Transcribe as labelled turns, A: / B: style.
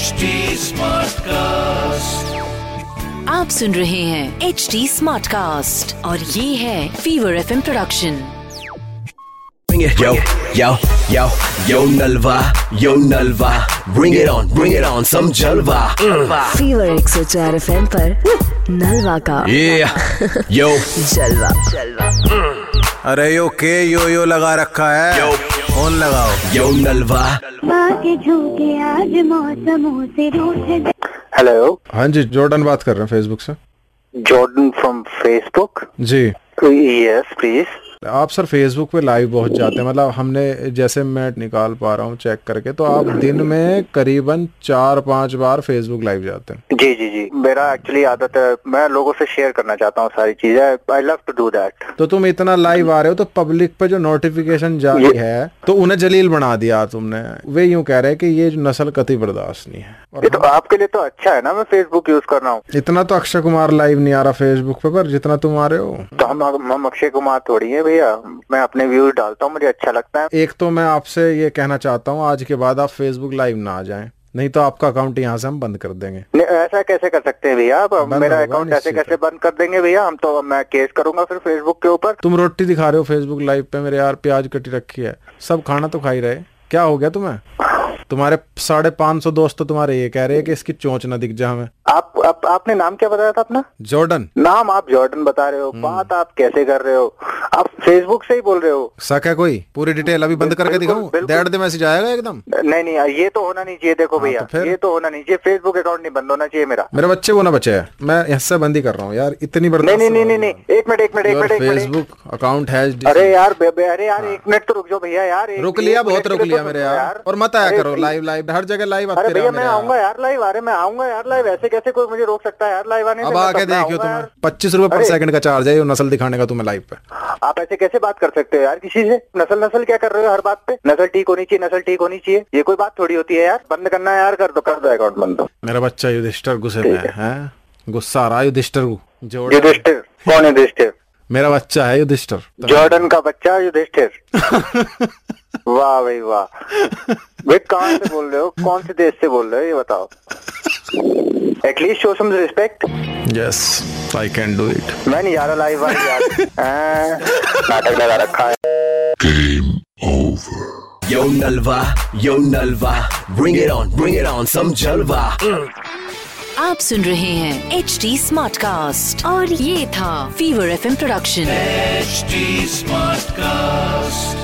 A: HD Smartcast.
B: आप सुन रहे हैं एच डी स्मार्ट कास्ट और ये है Fever F production
C: Bring it. Yo, yo, yo, yo Nalva, yo Nalva. Bring it on, bring it on, some Jalva. Mm.
B: Fever एक सौ चार एफ एम नलवा का
C: Yeah, yo,
B: जलवा जलवा
D: अरे यो के यो यो लगा रखा है
C: Yo.
D: फोन लगाओ
C: yo Nalva.
E: बागे झूके आज मौसमों से रूठ
F: हेलो
G: हाँ जी जॉर्डन बात कर रहे हैं फेसबुक से
F: जॉर्डन फ्रॉम फेसबुक
G: जी
F: यस प्लीज
G: आप सर फेसबुक पे लाइव बहुत जाते हैं मतलब हमने जैसे मैं निकाल पा रहा हूँ चेक करके तो आप दिन में करीबन चार पांच बार फेसबुक लाइव जाते हैं
F: जी जी जी मेरा एक्चुअली आदत है मैं लोगों से शेयर करना चाहता हूँ सारी चीजें I love to do that
G: तो तुम इतना लाइव आ रहे हो तो पब्लिक पे जो नोटिफिकेशन जा रही है तो उन्हें जलील बना दिया तुमने वे यूं कह रहे हैं कि ये जो नस्ल कति बर्दाश्त नहीं है और हाँ,
F: ये तो आपके लिए तो अच्छा है ना मैं फेसबुक यूज कर रहा हूँ
G: इतना तो अक्षय कुमार लाइव नहीं आ रहा फेसबुक पे पर जितना तुम आ रहे हो
F: तो हम हम अक्षय कुमार थोड़ी है भैया मैं अपने व्यूज डालता हूँ मुझे अच्छा लगता है
G: एक तो मैं आपसे ये कहना चाहता हूँ आज के बाद आप फेसबुक लाइव ना आ जाएं नहीं तो आपका अकाउंट यहाँ से हम बंद कर देंगे
F: नहीं, ऐसा कैसे कर सकते हैं भैया आप
G: बंद
F: मेरा
G: होगा
F: अकाउंट ऐसे
G: निश्चित
F: कैसे बंद कर देंगे भैया हम तो मैं केस करूंगा फिर फेसबुक के ऊपर
G: तुम रोटी दिखा रहे हो फेसबुक लाइव पे मेरे यार प्याज कटी रखी है सब खाना तो खा ही रहे क्या हो गया तुम्हें तुम्हारे साढ़े पांच सौ दोस्त तो तुम्हारे ये कह रहे हैं कि इसकी चोंच ना दिख जा हमें
F: आप, आप आपने नाम क्या बताया था अपना
G: जॉर्डन
F: नाम आप जॉर्डन बता रहे हो
G: हम्म.
F: बात आप कैसे कर रहे हो आप फेसबुक से ही बोल रहे हो
G: शक है कोई पूरी डिटेल अभी बंद करके
F: बिल्कुल,
G: दिखाऊं
F: बिल्कुल।
G: डेढ़ दिन मैसेज आएगा एकदम
F: नहीं नहीं ये तो होना नहीं चाहिए देखो भैया
G: तो फिर?
F: ये तो होना नहीं चाहिए फेसबुक अकाउंट नहीं बंद होना चाहिए मेरा
G: मेरे बच्चे वो ना बचे हैं मैं हिस्सा बंदी कर रहा हूँ यार इतनी
F: नहीं
G: बर्दाश्त
F: नहीं नहीं नहीं नहीं एक मिनट एक मिनट एक मिनट एक मिनट
G: फेसबुक अकाउंट
F: अरे
G: हैज
F: यार बे, बे, अरे यार एक मिनट तो रुक जाओ भैया यार एक-
G: हाँ। रुक
F: एक
G: लिया
F: मिनट
G: बहुत
F: के
G: रुक
F: लिए तो
G: लिया मेरे यार और मत आया
F: अरे
G: करो
F: प्लीज।
G: लाइव लाइव हर जगह लाइव
F: अरे
G: आते
F: भैया
G: रहो
F: मैं
G: मेरे
F: आऊंगा
G: यार
F: यार लाइव अरे मैं आऊंगा यार लाइव ऐसे कैसे कोई मुझे रोक सकता है यार लाइव आने से
G: अब
F: तो मैं
G: आके
F: तब मैं
G: देखियो
F: आऊंगा
G: तुम्हें
F: यार।
G: पच्चीस रुपए पर
F: अरे,
G: सेकंड का चार्ज है ये नस्ल दिखाने का तुम्हें लाइव पे
F: आप ऐसे कैसे बात कर सकते हो यार किसी से नसल नसल क्या कर रहे हो हर बात पे नसल ठीक होनी चाहिए नसल ठीक होनी चाहिए ये कोई बात थोड़ी होती है यार बंद करना है यार कर दो कर दो अकाउंट बंद दो
G: मेरा बच्चा युधिष्ठर गुस्से में है हैं? गुस्सा आ रहा है युधिष्ठर को जोड़
F: युधिष्ठिर कौन युधिष्ठिर
G: मेरा बच्चा है युधिष्ठर
F: जॉर्डन का बच्चा युधिष्ठिर वाह भाई वाह भाई कहाँ से बोल रहे हो कौन से देश से बोल रहे हो ये बताओ at least show some respect
G: yes I can do it
F: मैंने यार लाइव वाली यार हाँ, नाटक लगा रखा है
C: Yo Nalva, yo Nalva. Bring it on, bring it on, some Jalva.
B: आप सुन रहे हैं एच डी स्मार्ट कास्ट और ये था Fever F production
A: HD Smartcast.